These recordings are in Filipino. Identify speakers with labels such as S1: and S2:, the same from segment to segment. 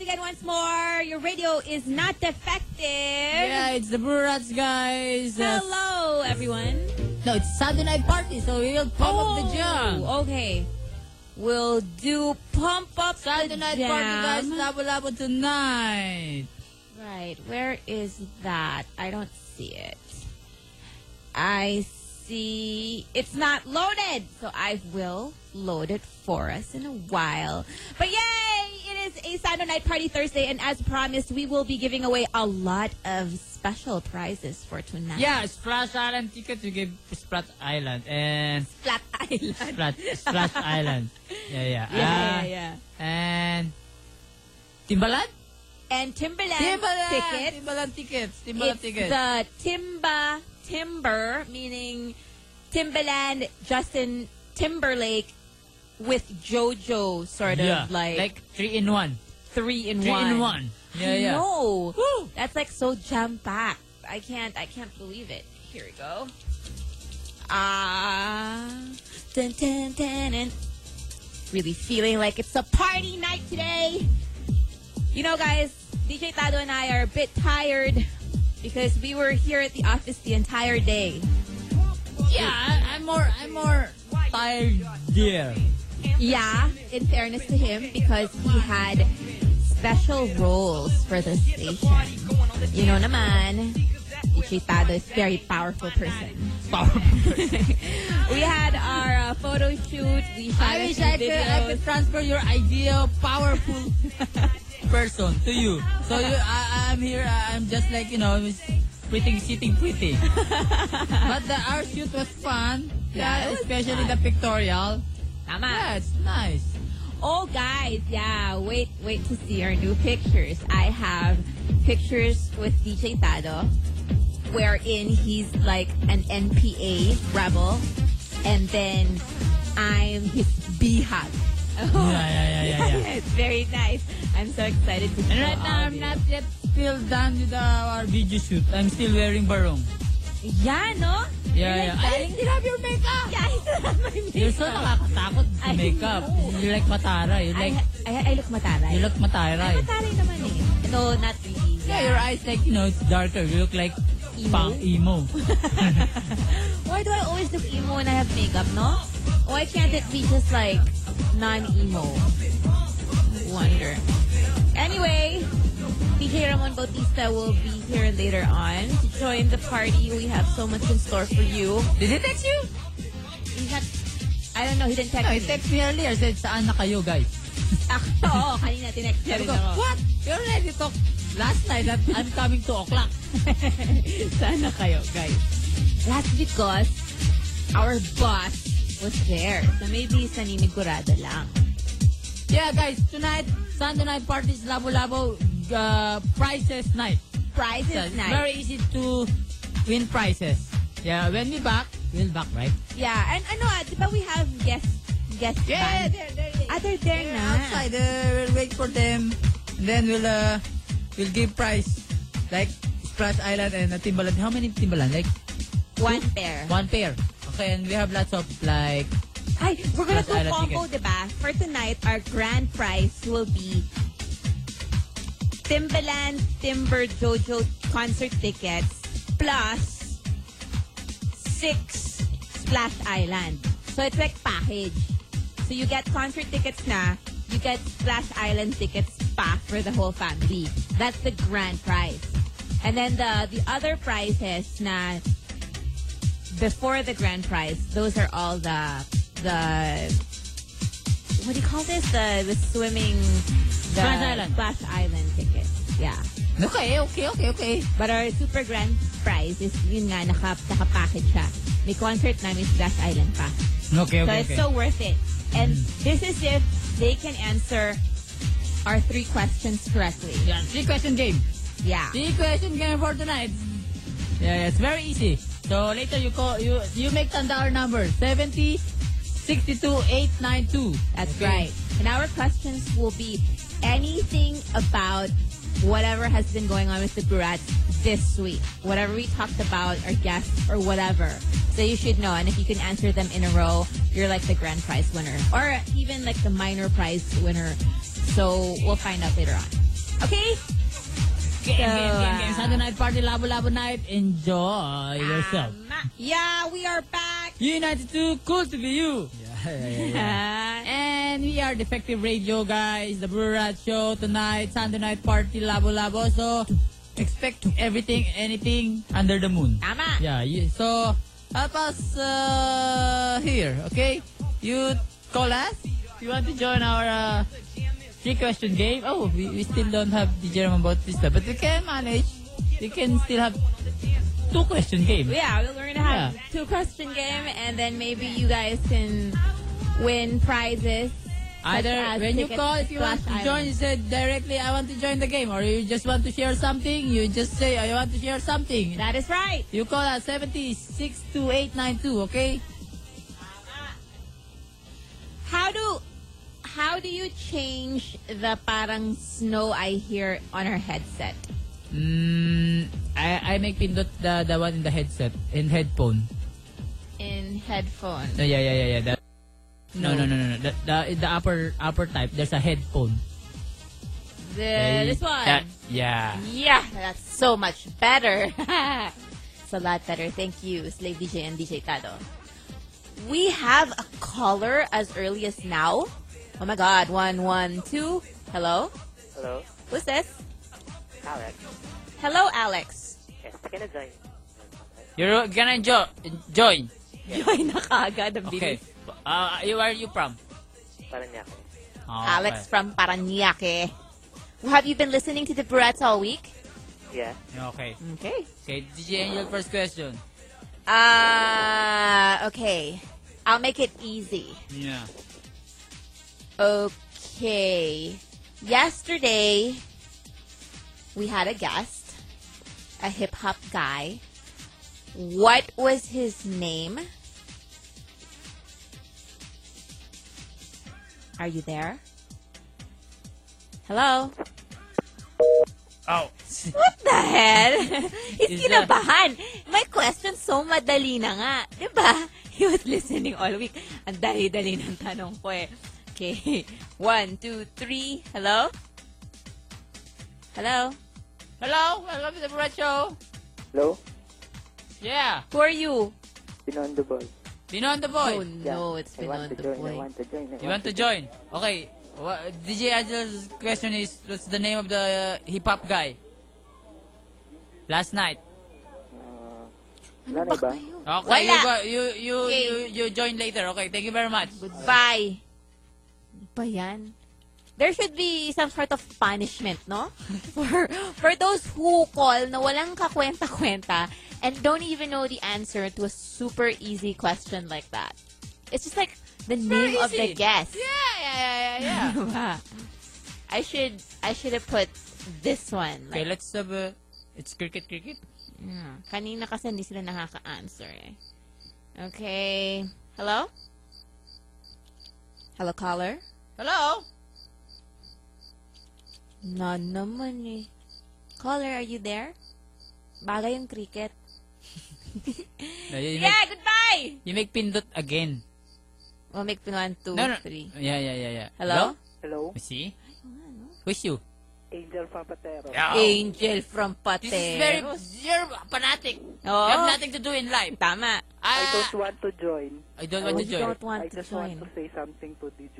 S1: again once more. Your radio is not defective.
S2: Yeah, it's the Brew Rats, guys. Uh,
S1: Hello, everyone.
S2: no, it's Saturday night party, so we'll pump up the jam.
S1: Oh, Okay. We'll do pump up
S2: Saturday
S1: the
S2: night
S1: jam.
S2: party, guys. Labo-labo tonight.
S1: Right. Where is that? I don't see it. I see it's not loaded. So I will load it for us in a while. But yay! It is a Saturday night party Thursday, and as promised, we will be giving away a lot of special prizes for tonight.
S2: Yeah, Splash Island tickets we give Splash Island and
S1: Flat Island.
S2: Splash, Splash Island. Yeah, yeah.
S1: Yeah, yeah,
S2: Ah,
S1: yeah.
S2: And Timbaland?
S1: And Timberland,
S2: Timbaland
S1: ticket.
S2: Timbaland tickets. Timbaland
S1: It's
S2: tickets.
S1: the Timba Timber, meaning Timbaland, Justin Timberlake with JoJo, sort of
S2: yeah,
S1: like,
S2: three in one.
S1: three in
S2: Three
S1: one.
S2: in one. Yeah,
S1: I
S2: yeah.
S1: know.
S2: Woo!
S1: That's like so jam packed. I can't. I can't believe it. Here we go. Ah, dun, dun, dun, dun. really feeling like it's a party night today. You know, guys, DJ Tado and I are a bit tired because we were here at the office the entire day.
S2: Yeah, I, I'm more, I'm more tired there.
S1: Yeah, in fairness to him, because he had special roles for the station. You know naman, DJ Tado is a very powerful person. we had our uh, photo shoot. We shot
S2: I
S1: a
S2: wish
S1: few
S2: I could, I
S1: videos.
S2: could transfer your ideal powerful person to you. So you, I, I'm here. I'm just like you know, just pretty, sitting pretty. but the our shoot was fun.
S1: Yeah,
S2: Yeah,
S1: it was
S2: especially
S1: fun.
S2: the pictorial.
S1: Tama.
S2: Yeah, it's nice.
S1: Oh, guys, yeah. Wait, wait to see our new pictures. I have pictures with DJ Tado, wherein he's like an NPA rebel, and then I'm his hug.
S2: Yeah, yeah, yeah, yeah, yeah.
S1: it's very nice. I'm so excited to
S2: And
S1: show
S2: right now
S1: all
S2: I'm
S1: these.
S2: not yet still done with our video shoot. I'm still wearing barong.
S1: Yeah, no?
S2: Yeah, yeah. I didn't have your makeup.
S1: Yeah, I still have my
S2: You're so
S1: makeup.
S2: nakakatakot sa
S1: I
S2: makeup.
S1: know.
S2: You're like matara. You're
S1: I,
S2: like,
S1: I, I look mataray.
S2: you look matara.
S1: Ay, mataray naman eh. No, not really.
S2: Yeah, your eyes like, you know, it's darker. You look like
S1: Emo?
S2: pang emo.
S1: Why do I always look emo when I have makeup, no? Why can't it be just like non-emo? Wonder. Anyway, DJ Ramon Bautista will be here later on to join the party. We have so much in store for you.
S2: Did he text you?
S1: He's not, I don't know, he didn't text
S2: No, he
S1: me.
S2: text me earlier. Said, saan na kayo, guys?
S1: Ah, oo, kanina tinext niya
S2: Sabi
S1: rin
S2: ko,
S1: ako.
S2: what? You already talked last night that I'm coming to o'clock.
S1: Sana kayo, guys. That's because our boss was there. So maybe saninigurado lang.
S2: Yeah, guys, tonight, Sunday night parties, labo-labo, uh, prizes night.
S1: Prize
S2: So,
S1: is
S2: it's
S1: nice.
S2: Very easy to win prizes. Yeah, when we back, we'll back, right?
S1: Yeah, and ano ah, di ba we have guest guest band? Ah, they're there na.
S2: outside. Uh, we'll wait for them. And then we'll uh, we'll give prize like Splash Island and uh, Timbaland. How many Timbaland? Like
S1: One pair.
S2: one pair. Okay, and we have lots of like
S1: Ay, we're gonna
S2: Plus
S1: do
S2: island
S1: combo, di ba? For tonight, our grand prize will be Timbaland Timber Jojo concert tickets plus six Splash Island. So it's like package. So you get concert tickets na, you get Splash Island tickets pa for the whole family. That's the grand prize. And then the the other prizes na before the grand prize, those are all the the what do you call this? The the swimming the
S2: Splash Island.
S1: Splash Island tickets. Yeah.
S2: okay, okay, okay, okay.
S1: But our super grand prize is yun nga naka naka-package siya. May concert na may Splash Island pa.
S2: Okay, Mm.
S1: so it's so worth it. And this is if they can answer our three questions correctly.
S2: yeah, three question game.
S1: Yeah.
S2: Three question game for tonight. Yeah, yeah, it's very easy. So later you call you you make tanda our number 70 62 892.
S1: That's
S2: Okay.
S1: right. And our questions will be anything about whatever has been going on with the Burats this week. Whatever we talked about, our guests, or whatever. So you should know. And if you can answer them in a row, you're like the grand prize winner. Or even like the minor prize winner. So we'll find out later on. Okay?
S2: Game, game, game, game.
S1: ah.
S2: Saturday night party, labo-labo night. Enjoy yourself.
S1: Tama. Yeah, we are back.
S2: United 2, cool to be you.
S1: Ah,
S2: And we are Defective Radio, guys. The Brew Rat Show tonight, Sunday night party, Labo Labo. So, expect everything, anything under the moon.
S1: Tama.
S2: Yeah, you- so, help us uh, here, okay? You call us. If you want to join our uh, three-question game. Oh, we, we still don't have the German Bautista, but we can manage. We can still have two-question game.
S1: Yeah, we're going to have
S2: Yeah.
S1: two question game and then maybe you guys can win prizes.
S2: Either
S1: Such as
S2: when you
S1: tickets
S2: call, if you
S1: to
S2: want to
S1: Flash
S2: join,
S1: Island.
S2: you say directly, I want to join the game. Or you just want to share something, you just say, I want to share something.
S1: That is right.
S2: You call us 76282, okay?
S1: How do how do you change the parang snow I hear on her headset?
S2: Mm, I, I make pindot the, the one in the headset, in headphone.
S1: In headphone.
S2: No, yeah, yeah, yeah, yeah. That, no, no, no, no, no. The, the, the upper upper type, there's a headphone.
S1: The,
S2: Eh,
S1: Uh, this one.
S2: that- yeah.
S1: Yeah, that's so much better. it's a lot better. Thank you, Slave DJ and DJ Tado. We have a caller as early as now. Oh my God, one, one, two. Hello,
S3: Hello, Ah,
S1: who's this?
S3: Alex.
S1: Hello, Alex.
S3: Yes, can I Eh, join?
S2: You're gonna jo- join.
S1: Join na kaagad ang
S2: Okay.
S1: bilis.
S2: Uh, where are you from?
S3: Parang niya ako.
S1: Alex from Paranaque. Have you been listening to the Barrettes all week?
S3: Yeah.
S2: Okay.
S1: Okay.
S2: Okay, DJ Angel, first question.
S1: Uh, okay. I'll make it easy.
S2: Yeah.
S1: Okay. Yesterday, we had a guest, a hip hop guy. What was his name? Are you there? Hello?
S2: Oh.
S1: What the hell? He's
S2: Is that-
S1: kinabahan. My question so madali na nga. 'Di ba? He was listening all week. Ang dali-dali ng tanong ko eh. Okay. One, two, three. Hello? Hello?
S2: Hello, welcome to the Brad Show.
S3: Hello?
S2: Yeah,
S1: Who are you?
S3: Pinon the ball.
S2: Pinon the
S1: Oh,
S2: boy.
S3: Yeah.
S1: no. It's been
S3: I want
S1: on
S3: to
S1: the
S3: join, I
S1: point.
S3: want to join. I
S2: You want to join? Okay. Wha DJ Angel's question is, what's the name of the uh, hip hop guy? Last night.
S3: Uh, wala na ba?
S2: Okay,
S1: Wala.
S2: you, go- you you
S1: Okay.
S2: you you join later. Okay, thank you very much.
S1: Goodbye. Ba yan? There should be some sort of punishment, no? For, for those who call na walang kakwenta-kwenta and don't even know the answer to a super easy question like that. It's just like the name of the
S2: easy.
S1: guest.
S2: Yeah, yeah, yeah, yeah.
S1: Diba? I should I should have put this one.
S2: okay,
S1: Like,
S2: let's have uh, it's cricket cricket.
S1: mm, kanina kasi hindi sila nakaka-answer eh. Okay. Hello? Hello, caller?
S2: Hello.
S1: Na naman eh. Caller, are you there? Bagay yung cricket.
S2: No, you, make,
S1: Yeah, goodbye!
S2: you make pindot again.
S1: We'll Oh, make pin one, two,
S2: No, no.
S1: three.
S2: Yeah, yeah, yeah, yeah.
S1: Hello?
S3: Hello?
S2: See? Who's you?
S3: Angel from Patero.
S1: Angel from Oh. Pateros.
S2: This is very you're a fanatic.
S1: Oo.
S2: You have nothing to do in life.
S1: Tama.
S3: I
S2: Ah,
S3: don't want to join.
S2: I don't want to
S1: Oh, You
S2: join.
S1: don't want
S3: I
S1: to
S3: just want
S1: join.
S3: to say something to DJ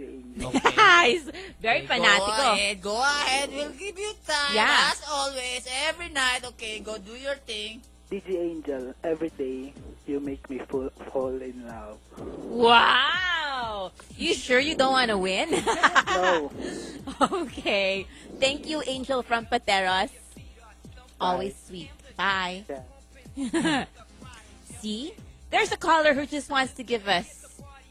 S3: Angel.
S2: Okay.
S1: Guys, very
S2: Go
S1: fanatical.
S2: ahead, go ahead. We'll give you time.
S1: Yeah.
S2: As always, every night, okay, go do your thing.
S3: DJ Angel, every day you make me full, fall in love.
S1: Wow! You sure you don't want to win? Ah!
S3: No.
S1: okay. Thank you, Angel from Pateros. Always sweet. Bye.
S3: Yeah.
S1: See? There's a caller who just wants to give us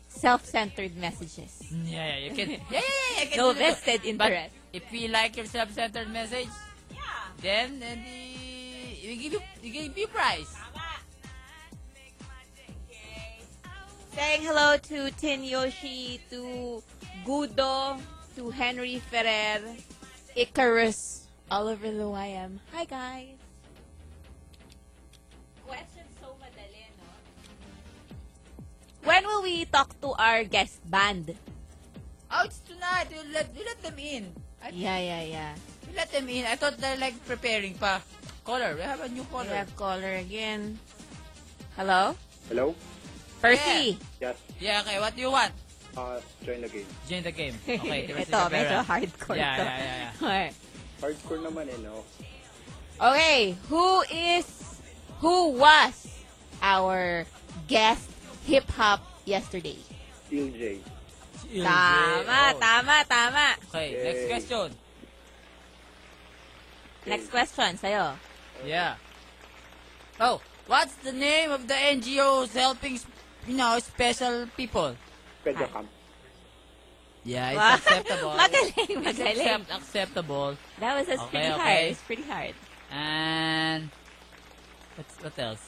S1: self-centered messages.
S2: Mm, Yeah, yeah, you can. Yeah, yeah, yeah, you can
S1: No
S2: do that.
S1: vested
S2: But
S1: interest.
S2: if we like your self-centered message, then, then the, we give you, we give you prize.
S1: Saying hello to Tin Yoshi, to Gudo, to Henry Ferrer, Icarus, Oliver Luayam. Hi, guys. Question so madali, no? When will we talk to our guest band?
S2: Oh, it's tonight. We let, we let them in. I,
S1: Yeah, yeah, yeah.
S2: we let them in. I thought they're like preparing pa. Caller, we have a
S1: We
S2: new caller.
S1: have caller again. Hello?
S4: Hello?
S1: Percy.
S4: Yes,
S2: Yeah, okay. What do you want?
S4: uh, join the game.
S2: Join the game. Okay, diba si
S1: ito, medyo
S2: Cabrera?
S1: hardcore
S2: Yeah,
S1: to.
S2: yeah, yeah, yeah.
S1: Okay.
S4: Hardcore naman eh, no?
S1: okay, who is, who was our guest hip-hop yesterday?
S4: TJ.
S1: Tama,
S2: Oh.
S1: tama, tama.
S2: Okay, next
S4: Okay.
S2: question.
S1: Next question, sa'yo.
S2: Yeah. Oh, what's the name of the NGOs helping, s- you know, special people?
S4: Pedya Camp.
S2: Yeah, it's
S1: Wow.
S2: acceptable.
S1: magaling,
S2: It's
S1: magaling.
S2: accept- acceptable.
S1: That was that's
S2: Okay,
S1: pretty
S2: okay.
S1: hard. It's pretty hard.
S2: And what's, what else?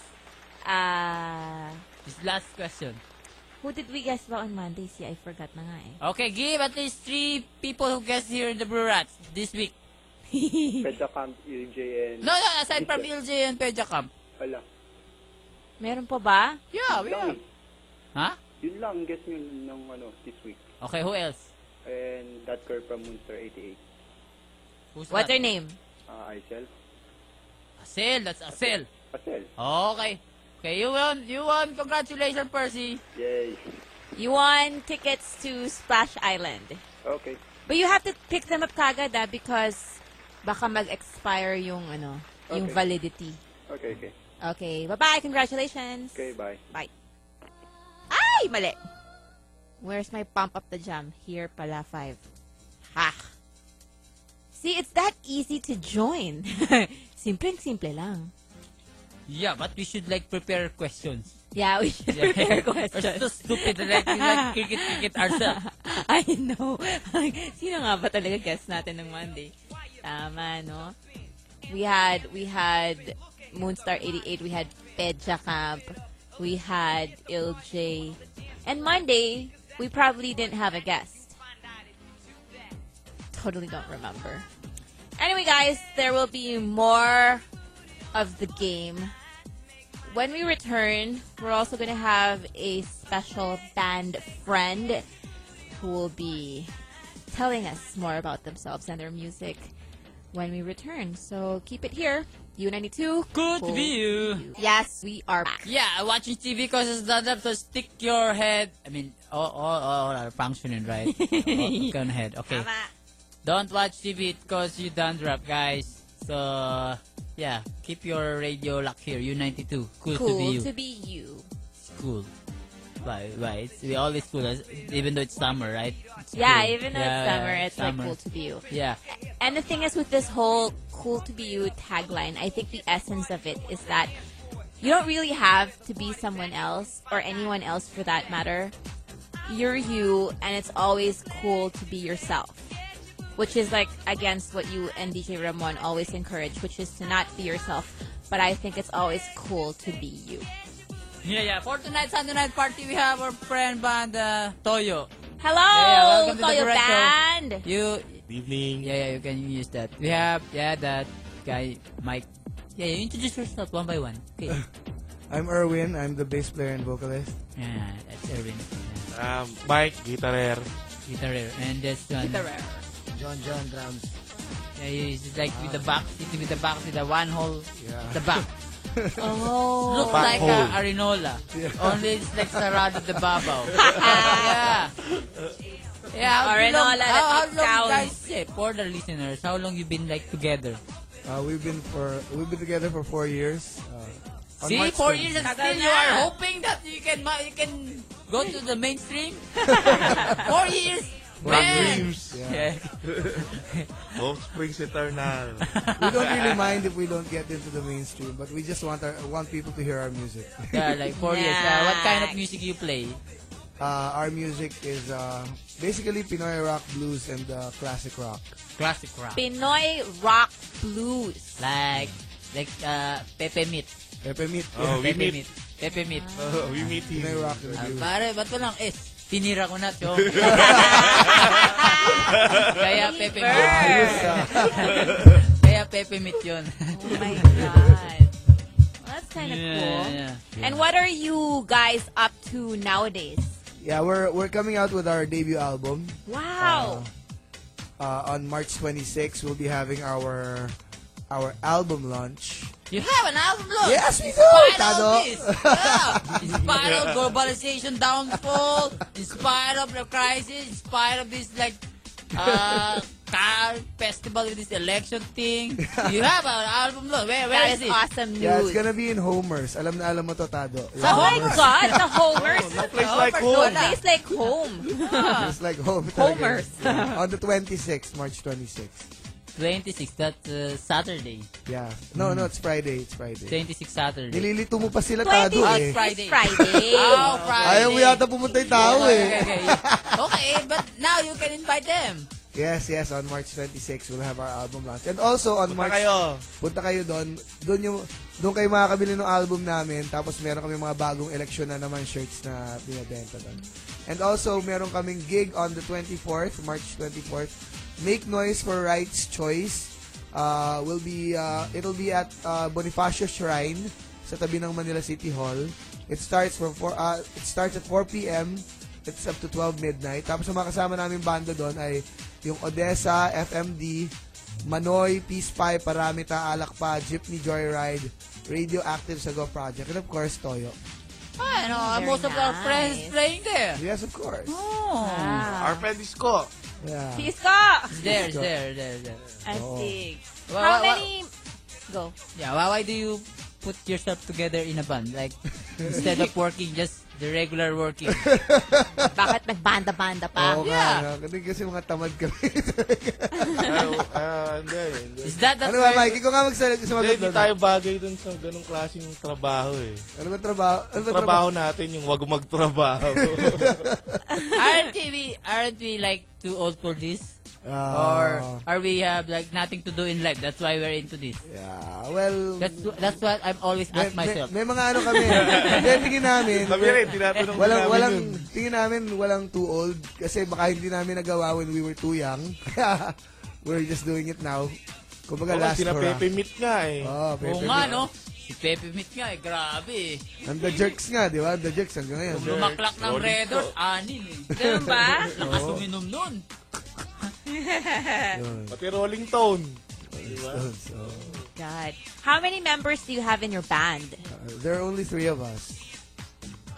S1: Uh,
S2: This last question.
S1: who did we guess ba on Monday? See, I forgot na nga eh.
S2: Okay, give at least three people who guessed here in the Brew Rats this week.
S4: Pedya Camp, EJ, E and...
S2: No, no, aside from LJ and Pedja Camp.
S4: Wala.
S1: Meron pa ba?
S2: Yeah,
S4: Yun
S2: we
S4: lang.
S2: are. Huh?
S4: Yun lang, guess nyo ng ano, this week.
S2: Okay, who else?
S4: And that girl from Munster 88.
S2: Who's
S1: What's her
S2: that?
S1: name?
S4: Uh, Aisel.
S2: Asel, that's Asel.
S4: Pasel.
S2: Okay. Okay, you won, you won. Congratulations, Percy.
S4: Yay.
S1: You won tickets to Splash Island.
S4: Okay.
S1: But you have to pick them up kagad ah, because baka mag-expire yung ano, yung
S4: Okay.
S1: validity.
S4: Okay, okay.
S1: Okay, bye-bye. Congratulations.
S4: Okay, bye.
S1: Bye. Ay, mali. Where's my pump up the jam? Here pala, five. Ha! See, it's that easy to join. Simpleng-simple lang.
S2: Yeah, but we should like prepare questions.
S1: Yeah, we should
S2: Yeah.
S1: prepare
S2: We're so
S1: questions.
S2: stupid like, we like cricket cricket ourselves.
S1: I know. Sino nga ba talaga guest natin ng Monday? Tama, no? We had, we had Moonstar 88, we had Pedja Camp, we had Ilj. And Monday, we probably didn't have a guest. Totally don't remember. Anyway, guys, there will be more of the game when we return, we're also going to have a special band friend who will be telling us more about themselves and their music when we return. So keep it here. U92.
S2: Good
S1: Cool.
S2: view.
S1: Yes, we are back.
S2: Yeah, watching TV causes that up, so stick your head. I mean, all, all, all are functioning, right? all, gun head. Okay. Don't watch TV, it causes you dandruff, guys. So, yeah, keep your radio locked here. U92. Cool, to be
S1: Cool
S2: you.
S1: to be you.
S2: It's cool. Why, why? It's, we always cool, as- even though it's summer, right? It's
S1: Yeah,
S2: cool.
S1: even though
S2: Yeah,
S1: it's summer,
S2: yeah,
S1: it's like cool to be you.
S2: Yeah.
S1: And the thing is with this whole cool to be you tagline, I think the essence of it is that you don't really have to be someone else or anyone else for that matter. You're you and it's always cool to be yourself. Which is like against what you and DJ Ramon always encourage, which is to not be yourself. But I think it's always cool to be you.
S2: Yeah, yeah. For tonight's Sunday night party, we have our friend band, uh, Toyo.
S1: Hello,
S2: Yeah, welcome to the
S1: Toyo
S2: Correcto.
S1: Band!
S2: You,
S5: evening.
S2: yeah, yeah, you can use that. We have, yeah, that guy, Mike. Yeah, you introduce yourself one by one. Okay.
S6: I'm Erwin. I'm the bass player and vocalist.
S2: yeah, that's Erwin. Yeah,
S5: Um, Mike, guitar
S2: guitarist. And this one,
S6: John John drums.
S2: yeah, he's just like with the back, sitting with the back, with the one hole,
S6: Yeah.
S2: the back.
S1: Oh,
S2: Looks
S5: Back
S2: like
S5: hole.
S2: a arenola. Only it's like surrounded the babaw. yeah. Yeah, how
S1: Arenola
S2: long, how,
S1: that
S2: how
S1: takes
S2: long
S1: down.
S2: guys, eh, for the listeners, how long you been like together?
S6: Uh, we've been for we've been together for four years. Uh, on
S2: See,
S6: March
S2: four
S6: 20.
S2: years and
S1: Tagal
S2: still you
S1: na.
S2: are hoping that you can ma- you can go to the mainstream. four years,
S5: Four
S2: man.
S5: dreams.
S6: Yeah.
S2: Yeah.
S5: Hope springs eternal.
S6: we don't really mind if we don't get into the mainstream, but we just want our want people to hear our music.
S2: yeah, like four years. Uh, what kind of music you play?
S6: Uh, our music is uh, basically Pinoy rock, blues, and uh, classic rock.
S2: Classic rock.
S1: Pinoy Rock Blues.
S2: Like like uh, Pepe Meat.
S6: Pepe Meat.
S5: Oh, we
S2: Pepe
S5: meet.
S2: Meat. Pepe Meat.
S5: Oh, we meet
S6: Pinoy
S5: him.
S6: rock and
S2: Ah,
S6: blues.
S2: pare, ba't walang S? Tinira ko na to.
S1: Oh
S2: Kaya Pepe Meat.
S1: Burr.
S2: Kaya Pepe Meat yun.
S1: Oh my god. Well, that's kind of cool.
S2: yeah.
S1: And what are you guys up to nowadays?
S6: Yeah, we're we're coming out with our debut album.
S1: Wow.
S6: uh, on March 26, we'll be having our our album launch.
S2: You have an album, look.
S6: Yes, we do,
S2: Inspired
S6: Tado.
S2: of this. Yeah. In spite of globalization downfall, in spite of the crisis, in spite of this, like, uh, car festival with this election thing. You have an album, look. Where, where
S1: That
S2: is
S1: is
S2: it?
S1: awesome news.
S6: Yeah, it's gonna be in Homer's. Alam na alam mo to, Tado.
S2: Sa
S1: Oh my
S2: Homer.
S1: God, the Oh Homers.
S5: No place like
S1: No
S5: home.
S1: place like home.
S6: It's like home. talaga.
S1: Homer's.
S6: on the 26th, March 26th.
S2: 26, that's uh, Saturday.
S6: Yeah. No, no, it's Friday. It's Friday.
S2: 26 Saturday.
S6: Nililito mo pa sila, Tado
S1: 26
S6: eh.
S1: is Friday.
S2: Friday. Oh, Friday.
S6: Ayaw mo yata pumunta yung tao
S2: Okay,
S6: eh.
S2: okay, okay. Okay, but now you can invite them.
S6: Yes, yes, on March 26, we'll have our album launch. And also on
S5: Punta
S6: March...
S5: kayo.
S6: Punta kayo doon. Doon yung doon kayo makakabili ng album namin. Tapos meron kami mga bagong eleksyon na naman shirts na binibenta doon. And also, meron kaming gig on the 24th, March 24th. Make Noise for Rights Choice. Uh, will be uh, it'll be at uh, Bonifacio Shrine sa tabi ng Manila City Hall. It starts from 4 uh, it starts at 4 p.m. It's up to 12 midnight. Tapos ang makasama namin banda doon ay yung Odessa, FMD, Manoy, Peace Pie, Paramita, Alakpa, Jeepney Joyride, Radioactive Sago Project, and of course, Toyo.
S2: Ah, you know,
S1: Very
S2: most of our
S1: Oh, nice.
S2: friends playing there.
S6: Yes, of course.
S2: Oh.
S5: Our friend is ko.
S6: Yeah.
S1: Peace ka!
S2: There, there, there, there.
S1: Astig.
S2: Wa-
S1: How
S2: wa- wa-
S1: many... Go.
S2: Yeah, why, why do you put yourself together in a band? Like, instead of working, just the regular working.
S1: Bakit nagbanda-banda pa?
S6: Oo
S2: Yeah.
S6: nga, no? kasi mga tamad kami.
S5: Ay, ah, Hindi, hindi.
S2: Is that the
S6: ano ba, Mike? Ikaw nga magsalag
S5: Hindi,
S6: sumagot
S5: hindi
S6: doon.
S5: tayo bagay dun sa ganung klaseng trabaho eh.
S6: Ano ba trabaho? Ano ba
S5: Trabaho natin yung wag magtrabaho.
S2: aren't we aren't we like too old for this?
S6: Ah,
S2: Or are we have like nothing to do in life? That's why we're into this.
S6: yeah, well...
S2: That's that's what I'm always
S6: may,
S2: ask
S6: may,
S2: myself.
S6: may mga ano kami. Hindi, tingin namin.
S5: Sabi rin, tinatanong ko
S6: Walang,
S5: namin
S6: walang,
S5: yun.
S6: tingin namin walang too old kasi baka hindi namin nagawa when we were too young. We're just doing it now. Kumbaga
S5: Walang
S6: last
S5: sila
S6: hurrah.
S5: Pepe Meat nga eh.
S6: Oh,
S2: Oo
S6: Pepe
S2: nga,
S6: Meat.
S2: no? Si Pepe Meat nga, eh, grabe eh.
S6: And the jerks nga, di ba? The jerks hanggang ngayon.
S2: Lumaklak ng
S5: Sorry
S2: Redors, anin eh.
S1: Ganun ba?
S2: Lakas uminom
S6: Oh.
S2: nun.
S5: Pati Rolling Stone.
S6: So,
S1: God. How many members do you have in your band?
S6: uh, there are only three of us.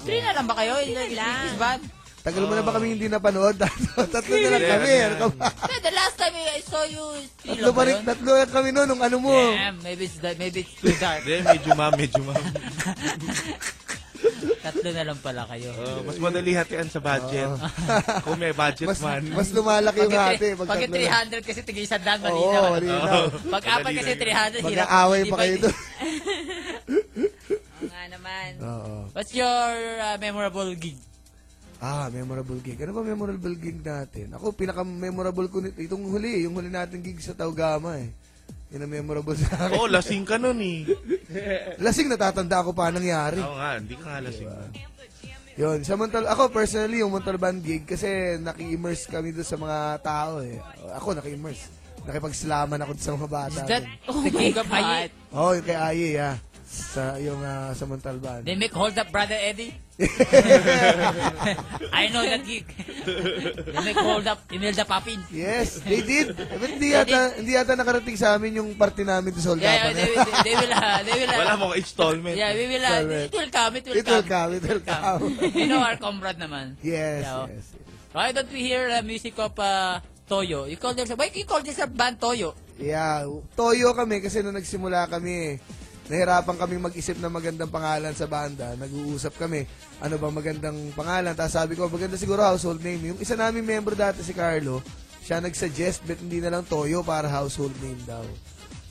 S2: Three na lang ba kayo? Is, is,
S1: lang.
S2: is bad?
S6: Tagal mo na
S2: Ah.
S6: ba kami hindi napanood? Tatlo tatlo na lang
S5: Yeah,
S6: kami.
S5: yeah.
S6: Ano ka ba?
S2: Hindi, eh, the last time I saw you, is three
S6: Tatlo
S2: lang
S6: pa
S2: ba
S6: rin,
S2: yun?
S6: tatlo lang kami noon nung ano mo.
S2: Damn, maybe it's, the, maybe it's too dark.
S5: Hindi, medyo ma'am, medyo ma'am.
S2: Tatlo na lang pala kayo.
S5: Oh, mas madali hatian sa budget. Kung may budget
S6: Mas,
S5: man.
S6: mas lumalaki yung
S2: Pag-
S6: hati.
S2: Pag
S6: tatlo lang.
S2: 300 kasi tigay isang daan,
S6: Oo,
S2: malinaw. ano?
S6: malinaw.
S5: Oh.
S2: Pag apat kasi 300, hirap.
S6: Mag-aaway pa
S2: Iba-
S6: kayo doon.
S1: Oo nga naman.
S6: Oo.
S2: What's your uh, memorable gig?
S6: Ah, memorable gig. Ano ba memorable gig natin? Ako, pinaka-memorable ko nito. Itong huli, yung huli natin gig sa Taugama eh. Yun ang memorable sa akin.
S5: Oo, lasing ka nun eh.
S6: Lasing, natatanda ako pa ang nangyari.
S5: Oo nga, hindi ka nga lasing.
S6: Yun, sa Montal, ako personally, yung Montalban gig, kasi naki-immerse kami doon sa mga tao eh. Ako, naki-immerse. Nakipagslaman ako doon sa mga bata.
S2: Is that
S6: doon.
S2: the gig of Ayi?
S6: Oo, oh, yung kay Aye, ah. Sa, yung ah, sa Montalban.
S2: They make hold up, brother Eddie. I know that gig. They make hold up, Imelda Papin.
S6: Yes, they did. But hindi yata, hindi yata nakarating sa amin yung party namin doon sa
S2: Yeah, yeah,
S6: Holdapan.
S2: they, they, they will, uh, they will, uh,
S5: Wala mo ka installment.
S2: Yeah, we will, uh,
S6: Correct.
S2: it will come, it will
S6: It will come, it will come.
S2: you know our comrade naman.
S6: Yes,
S2: Yeah.
S6: yes.
S2: Why don't we hear uh, music of uh, Toyo? You call yourself, why you call yourself band Toyo?
S6: Yeah, toyo kami kasi nung nagsimula kami, eh, nahirapan kami mag-isip ng magandang pangalan sa banda. Nag-uusap kami, ano bang magandang pangalan? Tapos sabi ko, maganda siguro household name. Yung isa namin member dati si Carlo, siya nag-suggest but hindi na lang Toyo para household name daw.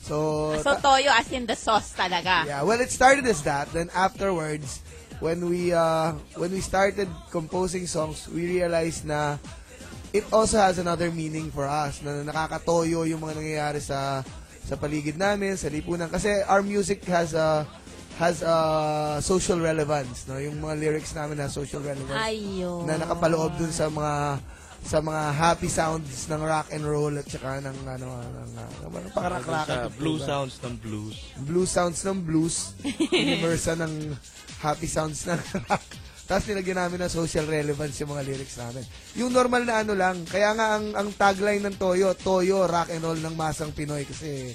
S6: So,
S1: So,
S6: ta-
S1: toyo as in the sauce talaga.
S6: yeah, well it started as that. Then afterwards, when we uh, when we started composing songs, we realized na it also has another meaning for us na nakakatoyo yung mga nangyayari sa sa paligid namin, sa lipunan kasi our music has a has a social relevance, no? Yung mga lyrics namin na social relevance
S1: Ayo.
S6: na nakapaloob dun sa mga sa mga happy sounds ng rock and roll at saka ng ano ng, ng, ng,
S5: Sa
S6: pakarak
S5: blue sounds ng blues.
S6: Blue sounds ng blues, universa ng happy sounds ng rock. Tapos nilagyan namin ng social relevance yung mga lyrics namin. Yung normal na ano lang, kaya nga ang, ang tagline ng Toyo, Toyo, rock and roll ng masang Pinoy kasi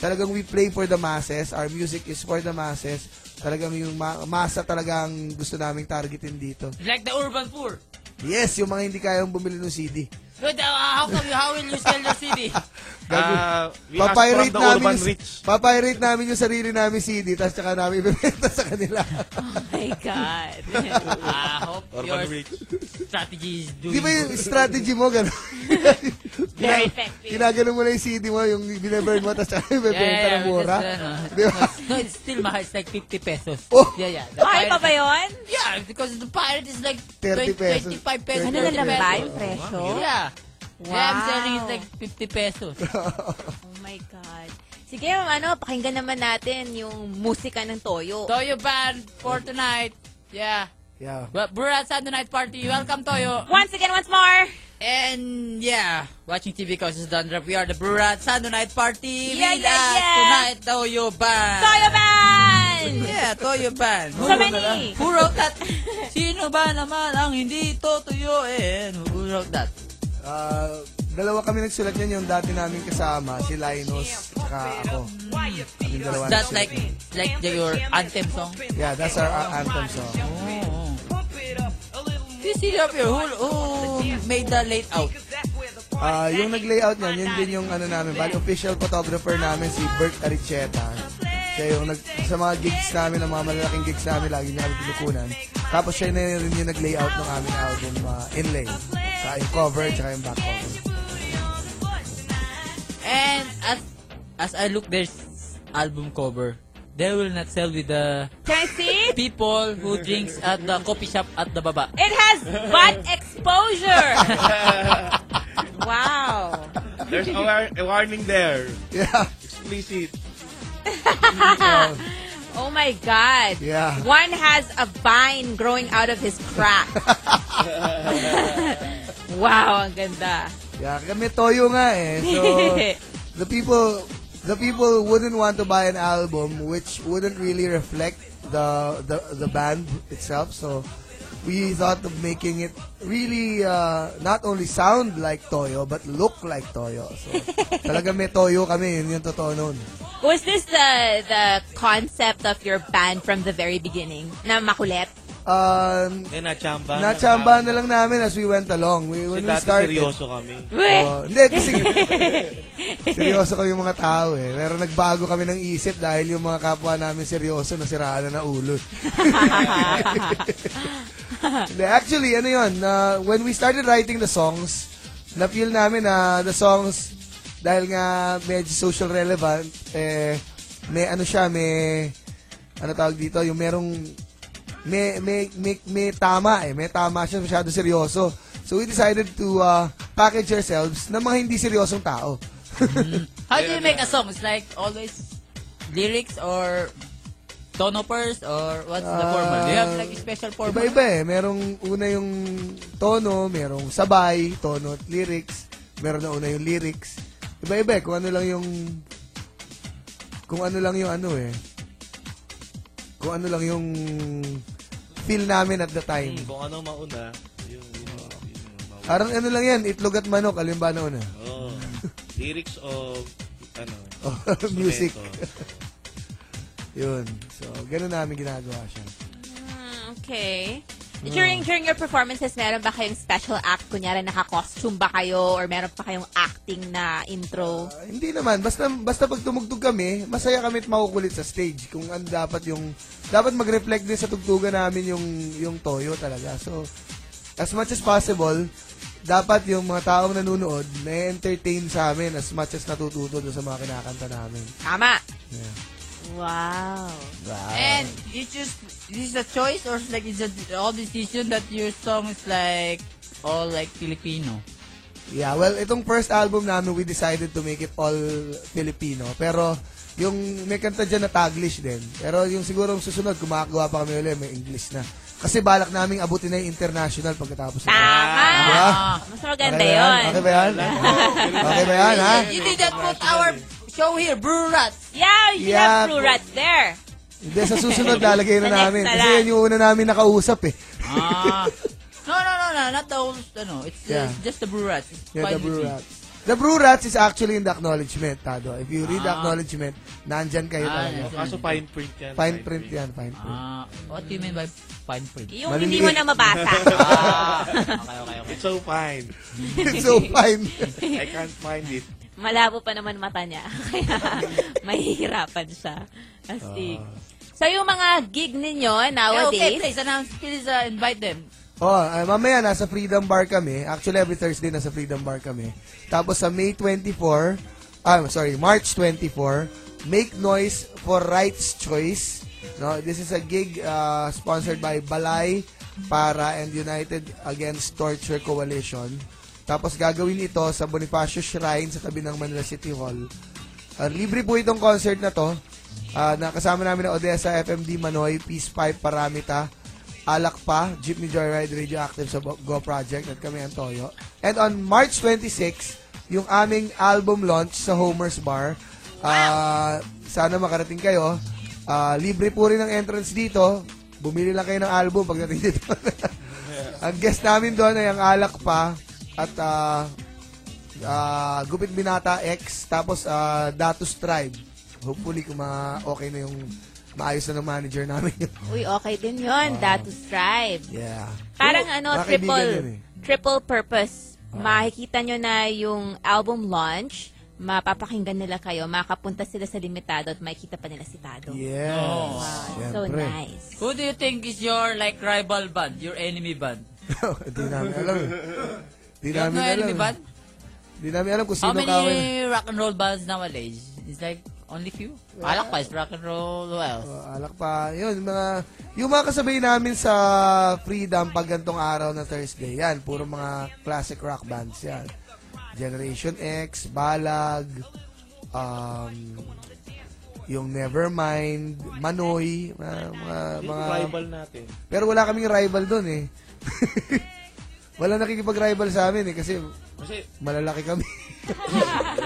S6: talagang we play for the masses, our music is for the masses, talagang yung ma- masa talagang gusto naming targetin dito.
S2: Like the urban poor.
S6: Yes, yung mga hindi kayang bumili ng CD.
S2: But uh, how come you, how will you sell the city?
S5: Ah, we ask from
S6: Papirate
S5: the
S6: namin,
S5: urban
S6: yung,
S5: rich.
S6: papirate namin yung sarili namin CD, tapos tsaka namin ibibenta sa kanila.
S1: Oh my God.
S2: I hope
S5: Urban
S2: your
S5: rich.
S2: strategy is doing
S6: Di ba yung
S2: good.
S6: strategy mo, gano'n?
S1: Very effective.
S6: Kinagano mo lang yung CD mo, yung binaburn mo, tapos tsaka
S2: Yeah, yeah,
S6: ibibenta
S2: yeah,
S6: ng mura.
S2: that's, uh,
S6: Di ba?
S2: No, it's still mahal. It's like 50 pesos.
S6: Oh.
S2: Yeah, yeah. The
S1: Kaya pa ba
S2: pirate-
S1: yun?
S2: Yeah, because the pirate is like
S6: 30
S2: 20,
S6: pesos.
S2: 25 pesos.
S1: Ano na lang ba
S2: 30
S1: yung presyo?
S2: pesos. Yeah. Yeah, I'm
S1: Oh. Wow.
S2: selling it like 50 pesos.
S1: Oh my God. Sige, ano, pakinggan naman natin yung musika ng Toyo.
S2: Toyo band for tonight. Yeah.
S6: Yeah.
S2: Well, we're at Sunday night party. Welcome, Toyo.
S1: Once again, once more.
S2: And yeah, watching TV cause it's done We are the Brewrat Sunday night party.
S1: Yeah,
S2: With
S1: yeah,
S2: us
S1: yeah.
S2: Tonight, Toyo band.
S1: Toyo Band!
S2: Yeah, Toyo band.
S1: So many.
S2: Who wrote that? Sino ba naman ang hindi totooyin? Who wrote that?
S6: Ah, dalawa kami nagsulat niyan yung dati namin kasama, si Linus, tsaka ako. Kaming dalawa
S2: Is that
S6: nagsulat
S2: Mm. like
S6: niyan.
S2: like the- your anthem song?
S6: Yeah, that's our uh, anthem song.
S2: Oh. This is up here. Who, who made the late out?
S6: Ah, yung nag-layout niyan, yun din yung ano namin, bali official photographer namin si Bert Aricheta. Siya yung nag, sa mga gigs namin, ang mga malalaking gigs namin, lagi niya kami pinukunan. Tapos siya na rin yung nag-layout ng aming album, ah, Inlay. Sa yung cover, tsaka yung back cover.
S2: And as as I look there's album cover, they will not sell with the
S1: Can I see?
S2: people who drinks at the coffee shop at the baba.
S1: It has butt exposure. wow.
S5: There's a, war- a warning there.
S6: Yeah,
S5: Explicit.
S1: Oh my God.
S6: yeah.
S1: One has a vine growing out of his crack. wow, ang ganda.
S6: Yeah, kami toyo nga eh. So, the people, the people wouldn't want to buy an album which wouldn't really reflect the the, the band itself. So, we thought of making it really uh, not only sound like Toyo but look like Toyo. So, talaga may Toyo kami, yun yung totoo nun.
S1: Was this the the concept of your band from the very beginning? Na makulit?
S6: Um,
S5: Eh, nachamba.
S6: Nachamba na lang namin as we went along. We,
S5: Kasi
S6: when we
S5: dati
S6: started. Hmm.
S5: seryoso kami.
S1: Weh!
S6: Oo. Oh, hindi, kasi seryoso kami yung mga tao eh. Pero nagbago kami ng isip dahil yung mga kapwa namin seryoso, nasiraan na na ulo. Hindi, Actually, ano yun, na when we started writing the songs, na-feel namin na the songs, dahil nga medyo social relevant, eh, may ano siya, may, ano tawag dito, yung merong may, may, may, may tama eh. May tama siya, masyado seryoso. So we decided to uh, package ourselves ng mga hindi seryosong tao.
S2: How do you make a song? It's like always lyrics or tonopers or what's the
S6: Ah,
S2: format? Do you have like a special format?
S6: Iba-iba eh. Merong una yung tono, merong sabay, tono at lyrics. Meron na una yung lyrics. Iba-iba eh. Kung ano lang yung... Kung ano lang yung ano eh. Kung ano lang yung feel namin at the time.
S5: Hmm, Kung ano mauna, yung...
S6: Parang ano lang yan, itlog at manok. Alin ba na una?
S5: Oh, lyrics of ano,
S6: Oh, music.
S5: instrumento.
S6: Yun. So, ganun namin ginagawa siya.
S1: Mm, okay. Mm. During during your performances, meron ba kayong special act? Kunyari, naka-costume ba kayo? Or meron pa kayong acting na intro?
S6: Ah, hindi naman. Basta, basta pag tumugtog kami, masaya kami at makukulit sa stage. Kung ano dapat yung... Dapat mag-reflect din sa tugtugan namin yung, yung toyo talaga. So, as much as possible, dapat yung mga taong nanonood na entertain sa amin as much as natututo doon sa mga kinakanta namin.
S1: Tama.
S6: Yeah.
S1: Wow.
S2: And you choose this is a choice or like it's a all decision that your song is like all like Filipino.
S6: Yeah, well, itong first album namin, we decided to make it all Filipino. Pero, yung may kanta dyan na Taglish din. Pero yung siguro yung susunod, gumagawa pa kami ulit, may English na. Kasi balak naming abutin na yung international pagkatapos na.
S1: Tama.
S6: Diba?
S1: Mas
S6: Okay
S1: maganda
S6: ba yan?
S1: yun.
S6: Okay ba yan? Okay ba yan, ha?
S2: You did not put our show here, Brew Rats.
S1: Yeah, you
S6: Yeah,
S1: have blue
S6: but-
S1: rats there.
S6: Hindi, sa susunod lalagay
S1: Sa
S6: na
S1: next
S6: namin.
S1: na
S6: Kasi
S1: lang.
S6: yan yung una namin nakausap eh.
S2: Ah. No, no, no, no. Not the whole, ano. It's, uh,
S6: Yeah.
S2: it's just the brew rats. It's
S6: Yeah,
S2: fine
S6: the
S2: with
S6: Brew
S2: me.
S6: Rats. The Brew Rats is actually in the acknowledgement, Tado. If you read the
S2: Ah.
S6: acknowledgement, nandyan kayo
S2: Ah,
S6: talaga.
S2: yes.
S5: Oh, Kaso fine print yan.
S6: Fine print yan, fine print.
S2: Ah. What do you mean by fine print?
S1: Yung
S6: Maliliit.
S1: hindi mo na mabasa.
S2: ah. Okay, okay, okay.
S5: It's so fine.
S1: Ah.
S6: It's so fine.
S5: I can't find it.
S1: Malabo pa naman mata niya. Kaya mahihirapan siya. Astig. So yung mga gig ninyo
S2: Yeah,
S1: nowadays,
S2: okay, please announce, please uh, invite them.
S6: oh, ah, mamaya nasa Freedom Bar kami. Actually, every Thursday nasa Freedom Bar kami. Tapos sa May 24, ah, sorry, March 24, Make Noise for Rights Choice. No, this is a gig ah, sponsored by Balay para and United Against Torture Coalition. Tapos gagawin ito sa Bonifacio Shrine sa tabi ng Manila City Hall. Ah, libre po itong concert na to. Ah, nakasama namin ang Odessa, FMD Manoy, Peace Pipe, Paramita, Alak pa, Jeepney Joyride, Radioactive sa Bo- Go Project at kami ang Toyo. And on March 26, yung aming album launch sa Homer's Bar. Ah, sana makarating kayo. Ah, libre po rin ang entrance dito. Bumili lang kayo ng album pagdating dito. ang guest namin doon ay ang Alak pa at ah, Ah, Gupit Binata X, tapos ah, Datus Tribe. Hopefully, kung ma- okay na yung maayos na ng manager namin.
S1: uy, okay din yon Datus Tribe.
S6: yeah.
S1: Parang
S6: Pero,
S1: ano,
S6: mga kaibigan
S1: triple,
S6: yun eh.
S1: triple purpose. Makikita nyo na yung album launch, mapapakinggan nila kayo, makapunta sila sa limitado at makikita pa nila si Tado.
S6: Yes.
S2: Oh.
S1: So
S6: Siyempre.
S1: nice.
S2: Who do you think is your like rival band, your enemy band?
S6: Hindi namin alam. eh. Hindi
S2: You have
S6: namin
S2: no
S6: alam.
S2: enemy
S6: eh.
S2: band?
S6: Hindi namin alam kung
S2: How
S6: sino
S2: many
S6: ka.
S2: rock and roll bands nowadays? It's like only few. Alak pa is rock and roll. Who else?
S6: Oh, alak pa. Yun, mga, yung mga kasabay namin sa Freedom pag gantong araw na Thursday. Yan, puro mga classic rock bands yan. Generation X, Balag, um, yung Nevermind, Manoy, mga, mga,
S5: Yung
S6: mga-
S5: rival natin.
S6: pero wala kaming rival doon eh. wala nakikipag-rival sa amin eh kasi
S5: Kasi,
S6: malalaki kami.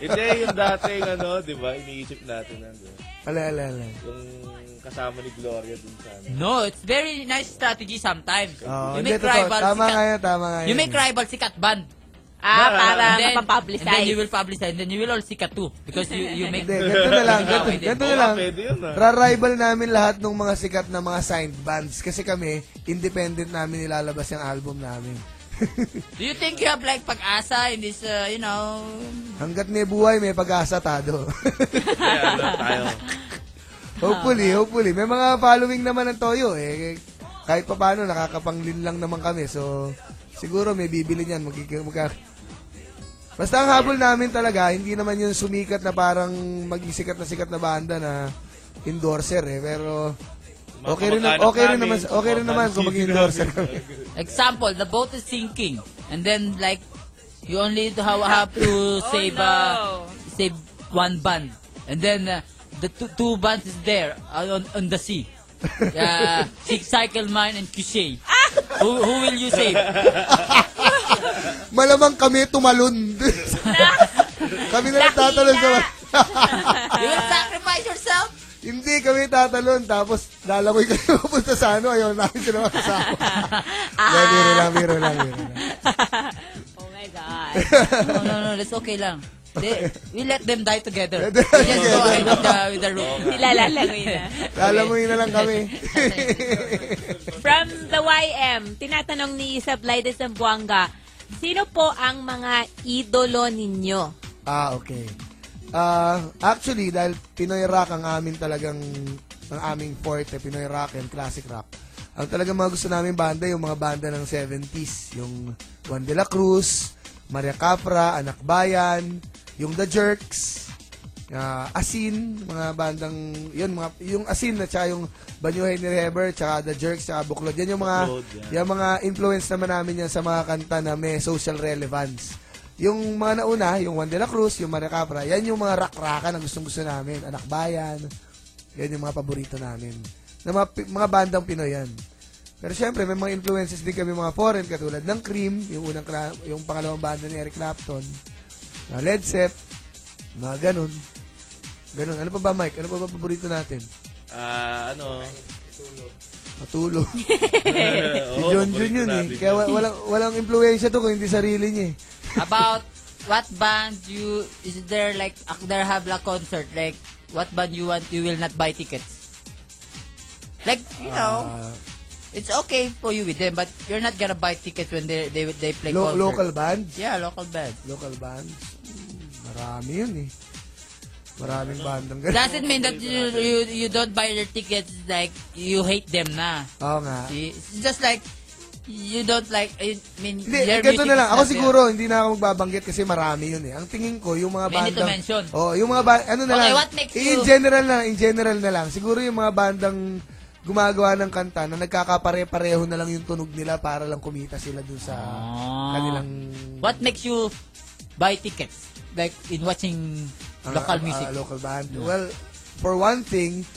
S5: hindi yung dating ano, di ba, iniisip natin ano,
S6: ala, ala, ala.
S5: yung kasama ni Gloria dun sa ano. amin.
S2: No, it's very nice strategy sometimes.
S6: Oh,
S2: you
S6: hindi,
S2: make
S6: totoo.
S2: rival
S6: Tama nga
S2: sikat.
S6: yan, tama nga yan.
S2: You make rival sikat band.
S1: Ah, para
S2: And then-
S1: mapapublicize.
S2: And then you will publicize. And then you will all sikat too. Because you, you make...
S6: Hindi, ganito na lang. Ganito,
S2: Okay,
S6: ganito na
S5: Oo,
S6: lang.
S5: pwede yun ah.
S6: Ra-rival namin lahat ng mga sikat na mga signed bands kasi kami, independent namin nilalabas yung album namin.
S2: Do you think you have like pag-asa in this, uh, you know...
S6: Hanggat may buhay, may pag-asa tado.
S5: Kaya ano, tayo.
S6: hopefully, hopefully. May mga following naman ng Toyo eh. Kahit pa paano, nakakapanglin lang naman kami. So, siguro may bibili niyan. Magig- magka- Basta ang habol namin talaga, hindi naman yung sumikat na parang maging sikat na sikat na banda na endorser eh. Pero, okay rin, na-
S5: Kamag-anak
S6: okay rin
S5: namin,
S6: naman, okay rin naman kung
S5: kamag-anak
S6: maging endorser kami.
S2: Example, the boat is sinking. And then like... You only to have, have to save... Uh, save one band. And then... Uh, the two, two bands is there uh, on, on the sea. Uh, Six Cycle Mine and Kushay. Who, who will you save?
S6: Malamang kami tumalon. kami na lang tatalon sa...
S2: You will sacrifice yourself?
S6: Hindi kami tatalon. Tapos lalakoy kayo pupunta sa ano. Ayaw namin sila makasama. Ah. Biro lang, biro lang, biro lang.
S1: oh my God.
S2: no, no, no, that's okay lang. They, we let them die together.
S6: Let them
S2: we just go
S6: together.
S2: ahead with the, with the rope.
S1: Oh, Nilalalangoy na.
S6: Lalamuin na lang kami.
S1: From the YM, tinatanong ni Isablay de Zamboanga, sino po ang mga idolo ninyo?
S6: ah, okay. Ah, actually, dahil Pinoy rock ang amin talagang, ang aming forte, Pinoy rock and classic rock. Ang talagang mga gusto namin banda, yung mga banda ng 70s. Yung Juan de la Cruz, Maria Capra, Anak Bayan, yung The Jerks, Ah, asin, mga bandang, yun, mga, yung asin na tsaka yung Banyuhay ni Reber, tsaka The Jerks, tsaka Buklod. Yan yung mga,
S5: Buklod,
S6: yung mga influence naman namin yan sa mga kanta na may social relevance. Yung mga nauna, yung Juan de la Cruz, yung Maria Capra, yan yung mga rakraka na gustong gusto namin. Anak Bayan, yan yung mga paborito namin. Na mga, pi- mga bandang Pinoy yan. Pero syempre, may mga influences din kami mga foreign, katulad ng Cream, yung, unang, kla- yung pangalawang banda ni Eric Clapton, Ah, na Led Zepp, mga ganun. Ganun. Ano pa ba, Mike? Ano pa ba paborito natin?
S5: Ah, ano?
S6: Matulog. Si
S5: Oo,
S6: John
S5: paborito
S6: Jun yun eh.
S5: natin
S6: Kaya wa- walang, walang impluensya to kung hindi sarili niya eh.
S2: About what band you is there like uh, there have a concert like what band you want you will not buy tickets. Like you know,
S6: Ah.
S2: it's okay for you with them, but you're not gonna buy tickets when they they they play
S6: Lo-
S2: concert.
S6: local bands?
S2: Yeah, local band.
S6: Local bands? Mm, Marami yun eh. Maraming bandang ganun.
S2: Doesn't mean that you you you don't buy their tickets like you hate them na.
S6: Oo nga.
S2: See? It's just like you don't like I mean
S6: Hindi,
S2: their
S6: ganito
S2: music
S6: na lang.
S2: is not
S6: Ako
S2: their-
S6: siguro, hindi na ako magbabanggit kasi marami yun eh. Ang tingin ko, yung mga
S2: We need to
S6: bandang...
S2: mention.
S6: Oh, yung mga ba- ano na
S2: Okay,
S6: lang.
S2: what makes
S6: in
S2: you-
S6: general na, in general na lang. Siguro yung mga bandang gumagawa ng kanta na nagkakapare-pareho na lang yung tunog nila para lang kumita sila dun sa
S2: Ah.
S6: kanilang...
S2: What makes you buy tickets? Like in watching
S6: Ah,
S2: local
S6: ah,
S2: music.
S6: local band. Well, for one thing,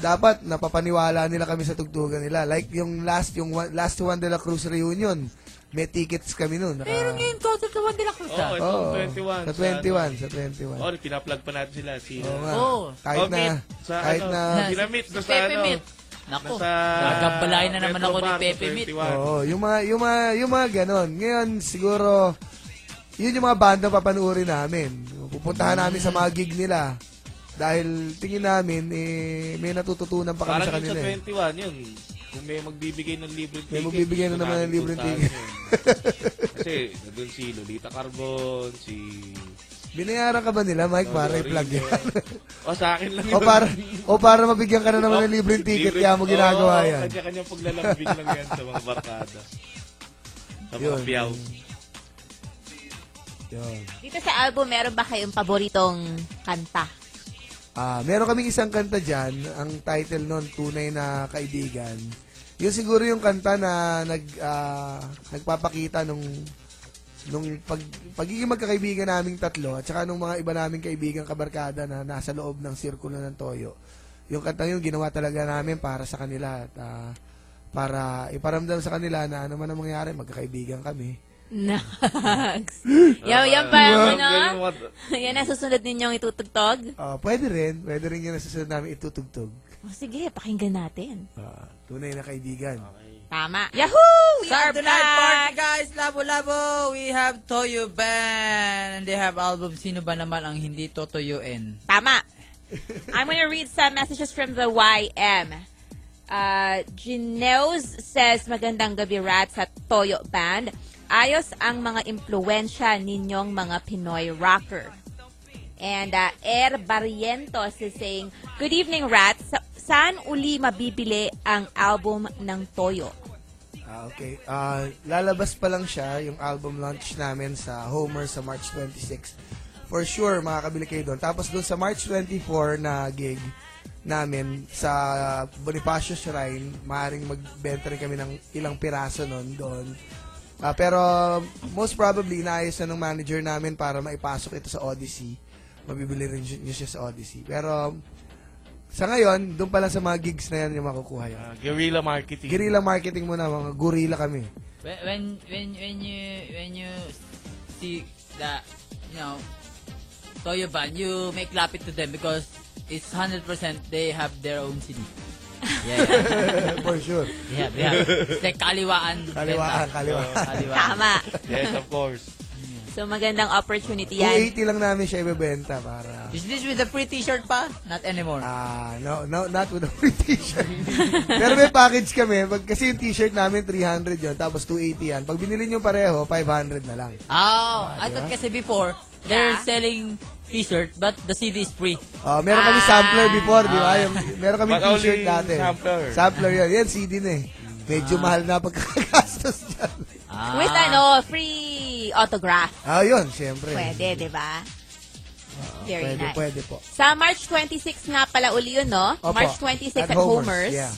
S6: dapat napapaniwala nila kami sa tugtugan nila. Like yung last yung one, last Juan de la Cruz reunion, may tickets kami noon.
S2: Pero ngayon, concert sa Wanda Cruz ah.
S5: Oo, ito,
S6: Sa
S5: 21.
S6: 21, sa 21.
S5: Oo, oh, pinaplag pa natin sila. Si,
S6: Oo nga.
S2: Oo.
S6: Kahit
S5: Oh,
S6: na,
S5: meet. Sa,
S6: kahit
S5: ano,
S6: na,
S5: si Pinamit doon sa
S2: Pepe
S5: ano.
S2: Mint. Nako,
S5: Nasa
S2: gagambalain na naman ako ni
S5: Metropark,
S2: Pepe Mint.
S5: 21.
S6: oo, yung mga, yung mga, yung mga ganon. Ngayon, siguro, yun yung mga banda papanuorin namin. Pupuntahan namin sa mga gig nila. Dahil tingin namin, eh, may natututunan pa kami sa
S5: Parang yun
S6: kanila.
S5: sa
S6: eh.
S5: 21, yun. Kung may magbibigay ng libre ticket.
S6: May magbibigay na
S5: doon
S6: naman ng
S5: namin
S6: libreng
S5: puntahan
S6: ticket.
S5: yun. Kasi doon si Lolita Carbon, si...
S6: Binayaran ka ba nila, Mike, para
S5: Lolo
S6: i-plug
S5: Rico.
S6: yan?
S5: o sa akin lang
S6: o para, o para mabigyan ka na naman ng libreng ticket, kaya mo ginagawa
S5: Oo,
S6: yan.
S5: Kanya-kanyang paglalambing lang yan sa mga barkada. Sa mga
S6: Yun.
S5: piyaw.
S6: Yun.
S1: Dito sa album, meron ba kayong paboritong kanta?
S6: Ah, meron kaming isang kanta diyan, ang title noon Tunay na Kaibigan. Yun siguro yung kanta na nag ah, nagpapakita nung nung pag, pagiging magkakaibigan naming tatlo at saka nung mga iba naming kaibigan kabarkada na nasa loob ng sirkulo ng toyo. Yung kanta yun ginawa talaga namin para sa kanila at ah, para iparamdam sa kanila na ano man ang mangyari magkakaibigan kami.
S1: Nice. yan, yan pa yung ano? yan na susunod ninyong itutugtog?
S6: Ah, pwede rin, pwede rin yun ang susunod namin itutugtog.
S1: O sige, pakinggan natin.
S6: Ah, tunay na kaibigan.
S1: Tama. Yahoo! We
S2: Sarap
S1: are
S2: tonight party
S1: back!
S2: guys, labo labo. We have Toyo Band and they have album Sino ba naman ang hindi totoyoin?
S1: Tama. I'm gonna read some messages from the YM. Uh, Gineos says, magandang gabi rat sa Toyo Band. Ayos ang mga impluensya ninyong mga Pinoy rocker. And uh, Er Barrientos is saying, Good evening, Rats. Sa- Saan uli mabibili ang album ng Toyo?
S6: Ah, okay. Ah, lalabas pa lang siya yung album launch namin sa Homer sa March 26. For sure, makakabili kayo doon. Tapos doon sa March 24 na gig namin sa Bonifacio Shrine, maaaring magbenta rin kami ng ilang piraso noon doon. Ah, pero most probably, inaayos na ng manager namin para maipasok ito sa Odyssey. Mabibili rin niyo siya sa Odyssey. Pero sa ngayon, doon pa lang sa mga gigs na yan yung makukuha yun.
S5: Ah, guerrilla marketing.
S6: Guerrilla marketing muna, mga gorilla kami.
S2: When when when, when you when you see the you know Toyo Band, you make lapit to them because it's 100% they have their own CD. Yeah, yeah.
S6: For sure.
S2: Yeah, yeah. It's like kaliwaan.
S6: Kaliwaan, kaliwaan.
S2: Oh, kaliwaan.
S1: Tama.
S5: Yes, of course.
S1: So magandang opportunity yan.
S6: 280 lang namin siya ibebenta para...
S2: Is this with a free t-shirt pa? Not anymore.
S6: Ah, no, no, not with a free t-shirt. Pero may package kami. Pag, kasi yung t-shirt namin, 300 yon Tapos 280 yan. Pag binili nyo pareho, 500 na lang.
S2: Oh,
S6: Ah,
S2: I thought kasi before, they're
S1: Yeah.
S2: selling t-shirt but the CD is free.
S6: Ah, meron kami sampler before, di ba? Yung, meron kami
S5: But only
S6: t-shirt dati.
S5: sampler.
S6: Sampler yun. Yan, CD na eh. Medyo mahal na pagkakagastos dyan.
S2: Ah.
S1: With ano, free autograph.
S6: Ah, yun, syempre.
S1: Pwede, di ba? Very
S6: Pwede,
S1: nice.
S6: pwede po.
S1: Sa March 26 nga pala uli yun, no?
S6: Opo.
S1: March 26 at,
S6: At Homer's,
S1: Homer's.
S6: yeah.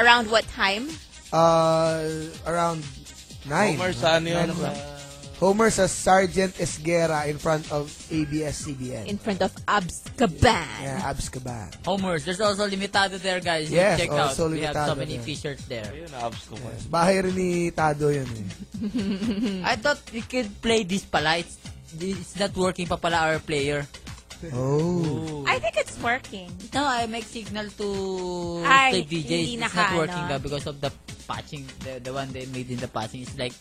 S1: Around what time?
S6: Ah, around 9.
S5: Homer, sa ano yun?
S6: Homer sa Sergeant Esguera in front of ABS-CBN.
S1: In front of Abscaban.
S6: Yeah, abs ka ba?
S2: Homers. There's also limitado there, guys. You
S6: Yes,
S2: check out.
S6: also
S2: We have so
S6: limitado
S2: many
S6: there.
S2: t-shirts there.
S5: Ayun, abs ko pa.
S6: Bahay rin ni Tado yun eh.
S2: I thought we could play this pala. It's, it's not working pa pala our player. Oh.
S6: Oh.
S1: I think it's working.
S2: No, I make signal to
S1: Ay,
S2: the DJs.
S1: hindi
S2: It's
S1: naka,
S2: not working
S1: ano.
S2: daw because of the patching. The, the one they made in the patching is like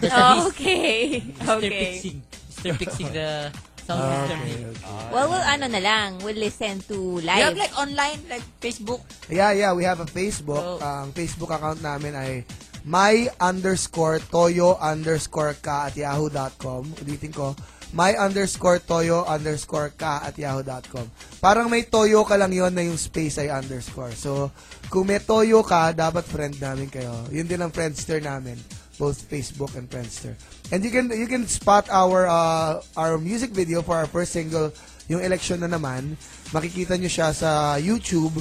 S2: there's a hiss.
S1: Okay.
S2: They're
S1: Okay.
S2: fixing. They're fixing the sound system.
S6: Okay, okay.
S7: Well, we'll ano na lang. We'll listen to
S2: You have
S7: live.
S2: like online, like Facebook.
S6: Yeah, yeah, we have a Facebook.
S2: Oh.
S6: Ang Facebook account namin ay my underscore toyo underscore ka at yahoo.com. Ulitin ko, my underscore toyo underscore ka at yahoo.com. Parang may toyo ka lang yon na yung space ay underscore. So, kung may toyo ka, dapat friend namin kayo. Yun din ang friendster namin both Facebook and Friendster. And you can you can spot our uh, our music video for our first single, yung election na naman. Makikita nyo siya sa YouTube.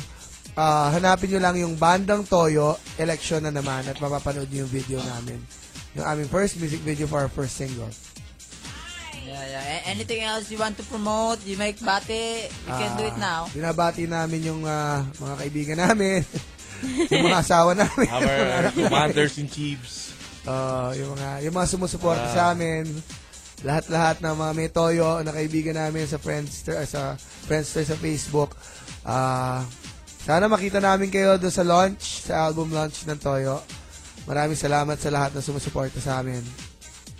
S6: Ah, hanapin nyo lang yung bandang Toyo, election na naman at mapapanood nyo yung video namin. Yung aming first music video for our first single.
S2: Yeah, yeah. A- anything else you want to promote? You make bate. You can
S6: Ah,
S2: do it now.
S6: Binabati namin yung ah, mga kaibigan namin. yung mga asawa namin.
S5: Our commanders in chiefs.
S6: Oo, Ah, yung mga yung mga sumusuporta sa amin. Lahat-lahat ng mga may toyo na kaibigan namin sa Friendster ah, sa Friendster sa Facebook. Ah, sana makita namin kayo doon sa launch, sa album launch ng Toyo. Maraming salamat sa lahat na sumusuporta sa amin.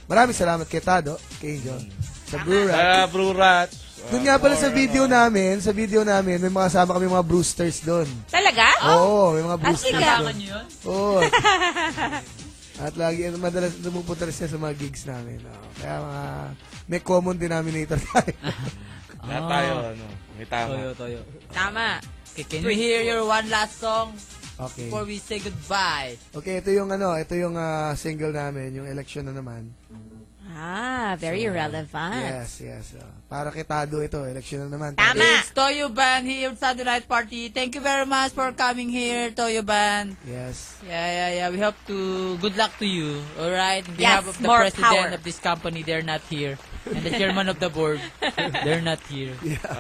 S6: Maraming salamat kay Tado, kay Angel, sa Blue Rat.
S5: Ah, Blue Rats.
S6: Doon nga pala sa video namin, sa video namin, may mga kasama kami mga Brewsters doon.
S1: Talaga?
S6: Oo, may mga
S1: Ah! At
S6: Brewsters
S1: ikaw?
S6: doon. Oo. At lagi, at madalas lumupunta rin siya sa mga gigs namin. Oo. Kaya mga, may common denominator tayo.
S5: Lahat tayo, ano, may tama.
S2: Toyo, toyo.
S1: Tama.
S2: Okay, can we hear your one last song
S6: okay.
S2: before we say goodbye?
S6: Okay, ito yung ano, ito yung ah, single namin, yung election na naman.
S7: Ah, very relevant.
S6: Yes, yes. ah. para kay Tado ito, election na naman.
S7: Tama.
S2: It's Toyo Band here at Saturday Night Party. Thank you very much for coming here, Toyo Band.
S6: Yes.
S2: Yeah, yeah, yeah. We hope to. Good luck to you. All right. On
S1: Yes,
S2: behalf of the
S1: more
S2: president
S1: power.
S2: of this company, they're not here, and the chairman of the board, they're not here.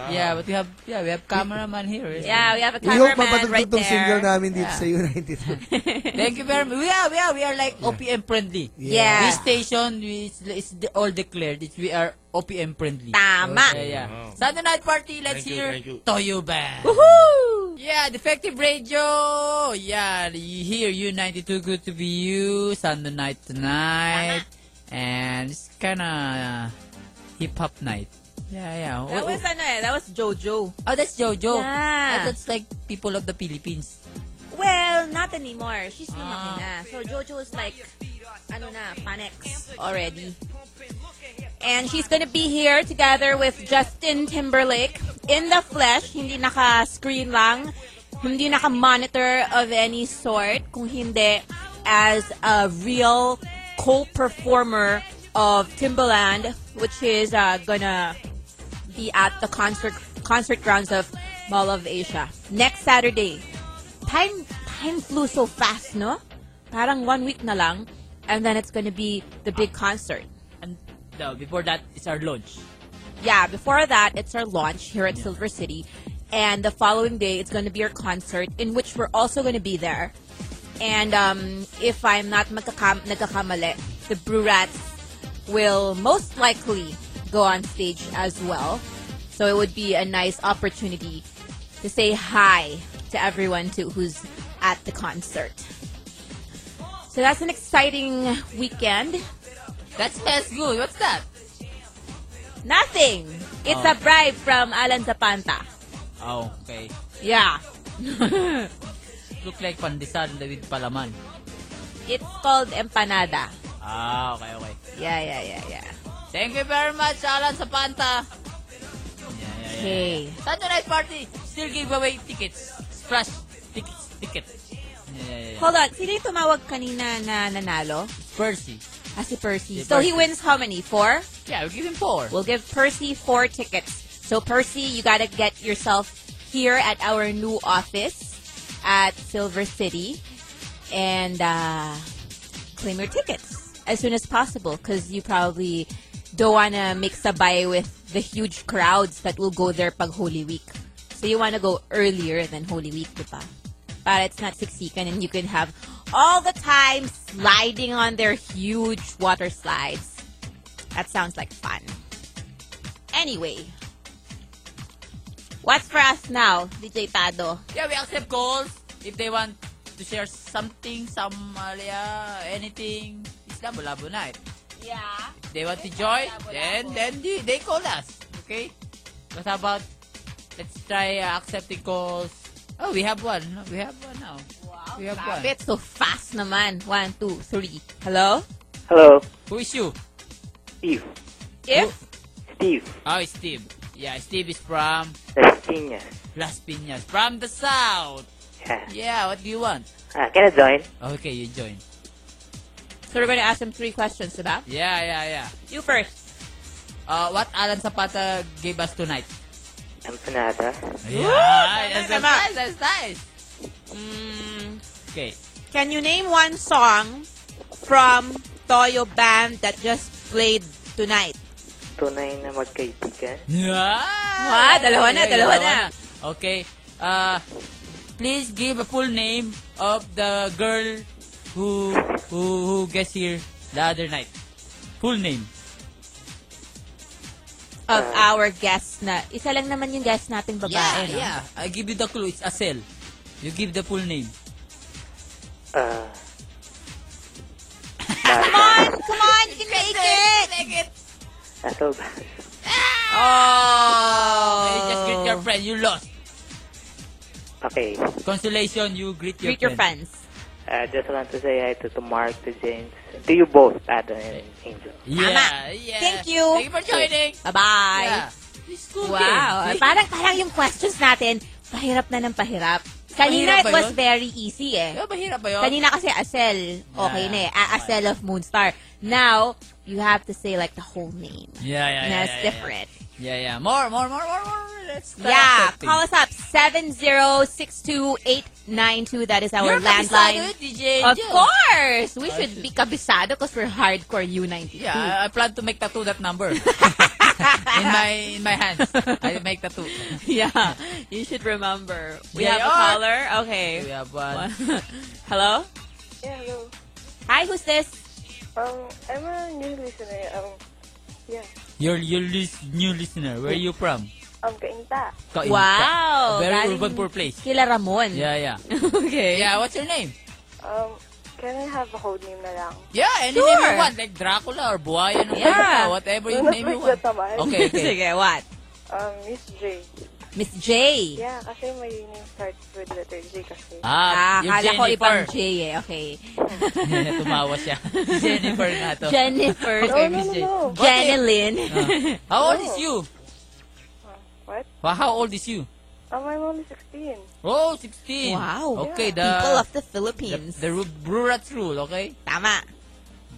S2: Yeah. but we have yeah we have cameraman here. eh?
S1: Yeah, we have a
S6: We hope
S1: cameraman
S6: mapatugtog
S1: right
S6: tong single
S1: there.
S6: namin dito sa U92.
S2: Thank you very much. We are we are we are like OPM friendly.
S1: Yeah.
S2: This station is is de- all declared. It's, we are OPM friendly.
S1: Tama.
S2: Yeah, yeah.
S5: Wow.
S2: Saturday night party. Let's
S5: Thank you,
S2: hear
S5: thank you.
S2: Toyo Band. Yeah, Defective Radio. Yeah, you hear you 92 good to be you Sunday night tonight,
S7: Uh-huh.
S2: and it's kinda hip hop night. Yeah, yeah.
S7: That was ano eh, that was Jojo.
S2: oh, that's JoJo. Oh,
S7: Yeah.
S2: That's like people of the Philippines.
S7: Well, not anymore. She's lumaki na. So Jojo is like, ano na, Panex already.
S1: And she's gonna be here together with Justin Timberlake in the flesh. Hindi naka-screen lang. Hindi naka-monitor of any sort. Kung hindi, as a real co-performer of Timbaland, which is uh, gonna be at the concert concert grounds of Mall of Asia next Saturday. Time time flew so fast, no? Parang one week na lang, and then it's gonna be the big concert.
S2: And no, before that, it's our launch.
S1: Yeah, before that, it's our launch here at Silver City. And the following day, it's going to be our concert, in which we're also going to be there. And um, if I'm not magkakam- nagkakamali, the Brew Rats will most likely go on stage as well. So it would be a nice opportunity to say hi to everyone too who's at the concert. So that's an exciting weekend.
S2: That smells good. What's that?
S1: Nothing. It's a bribe from Alan Zapanta.
S2: Oh, okay.
S1: Yeah.
S2: Look like pandesal with palaman.
S1: It's called empanada.
S2: Ah, okay, okay.
S1: Yeah, yeah, yeah, yeah.
S2: Thank you very much, Alan Sapanta. Yeah, yeah, yeah.
S1: Okay.
S2: Saturday night party, still give away tickets. Splash tickets, tickets. Yeah, yeah, yeah.
S1: Hold on. Sino yung tumawag kanina na nanalo?
S2: Percy.
S1: Ah, si Percy.
S2: Si
S1: So he
S2: Percy.
S1: wins how many? Four?
S2: Yeah, we'll give him four.
S1: We'll give Percy four tickets. So Percy, you gotta get yourself here at our new office at Silver City and uh, claim your tickets as soon as possible because you probably don't wanna mix sabay with the huge crowds that will go there pag Holy Week. So you wanna go earlier than Holy Week, diba? Para it's not siksikan and you can have all the time sliding on their huge water slides. That sounds like fun. Anyway, What's for us now, DJ Tado?
S2: Yeah, we accept calls if they want to share something, some uh, yeah, anything. It's Labo Labo Night.
S1: Yeah.
S2: If they want to join,
S1: Labo
S2: then
S1: Labo.
S2: then they, they call us. Okay? What about let's try uh, accepting calls. Oh, we have one. no? We have one now.
S1: Wow.
S2: We have
S1: Sabi,
S2: one.
S1: so fast naman. One, two, three. Hello?
S3: Hello,
S2: Who is you?
S3: Steve.
S1: If?
S3: Steve.
S2: Oh, it's Steve. Yeah, Steve is from
S3: Rastinha.
S2: Las Piñas, from the South.
S3: Yeah.
S2: Yeah, what do you want?
S3: Uh, can I join?
S2: Okay, you join.
S1: So we're gonna ask them three questions, diba?
S2: Yeah, yeah, yeah.
S1: You first.
S2: Uh, what Alan Zapata gave us tonight?
S3: Empanada.
S2: Yeah,
S1: ¡Ah! tama,
S2: that's, that's
S1: tama.
S2: nice, that's nice.
S1: Mm,
S2: Okay.
S1: can you name one song from Toyo Band that just played tonight?
S3: Tunay na magkaibigan.
S2: Yeah.
S1: Wow, dalawa na, dalawa na.
S2: Okay. Uh, please give a full name of the girl who who who gets here the other night. Full name.
S1: Of our guest na, isa lang naman yung guest natin babae. no?
S2: yeah. I give you the clue. It's Asel. You give the full name.
S3: Uh,
S1: Come on, come on, you can make it!
S3: Ato ba?
S2: Oh. You just greet your friend. You lost.
S3: Okay.
S2: Consolation. You greet your
S1: Greet your
S2: friend.
S1: friends.
S3: I just want to say hi to, to Mark, to James, to you both, Adam and Angel.
S2: Yeah,
S1: Tama.
S2: yeah.
S1: Thank you.
S2: Thank you for joining.
S1: Bye-bye!
S2: Yeah. It's cool
S1: Wow.
S2: din.
S1: Parang, parang yung questions natin, pahirap na ng pahirap. Kanina
S2: Mahirap
S1: it
S2: ba
S1: was
S2: yun?
S1: very easy eh.
S2: Diba mahirap ba yun?
S1: Kanina kasi Asel, okay
S2: Yeah.
S1: na eh. A- Asel of Moonstar. Now, you have to say like the whole name.
S2: Yeah, yeah, yeah.
S1: That's
S2: yeah,
S1: different.
S2: Yeah. yeah, yeah. More, more, more, more, more. Let's
S1: Yeah, call us up. 7062892. That is our
S2: You're
S1: landline.
S2: kabisado, DJ.
S1: Of
S2: Angel.
S1: course! We should be kabisado because we're hardcore U92.
S2: Yeah, I- I plan to make tattoo that number. in my in my hands. I make tattoo.
S1: Yeah, you should remember. We
S2: Yeah,
S1: have a
S2: you are.
S1: caller. Okay.
S2: We have one.
S1: Hello?
S8: Hello.
S1: Hi, who's this?
S8: Um, I'm a new listener. Um, yeah.
S2: You're your lis- new listener. Where are you from?
S8: Um, Kainta.
S2: Ka- Oh, in-
S1: Wow.
S2: Ka- Very
S1: galing
S2: urban poor place.
S1: Kila Ramon.
S2: Yeah, yeah.
S1: okay.
S2: Yeah, what's your name?
S8: Um, can I have a code name na lang?
S2: Yeah, any
S1: Sure.
S2: name you want. Like Dracula or Buhayan or
S1: Yeah.
S2: whatever you
S8: Nasa
S2: name you want.
S8: Bridget naman.
S2: Okay, okay.
S1: Sige, what?
S8: Um, Miss J.
S1: Miss J.
S8: Yeah, kasi my name starts with letter J kasi.
S1: Ah,
S2: Ah, you're
S1: kala ko
S2: Jennifer.
S1: ibang J eh. Okay.
S2: Tumawa siya. Jennifer nga to.
S1: Jennifer.
S8: no,
S1: Okay,
S8: no,
S1: Miss
S8: no,
S1: J.
S8: no.
S1: Jenilyn.
S2: How old is you?
S8: What?
S2: Well, how old is you?
S8: Um, I'm only 16.
S2: Oh, 16.
S1: Wow.
S2: Okay, the
S1: People of the
S2: the,
S1: Philippines.
S2: the Ru- Brurats rule, okay?
S1: Tama.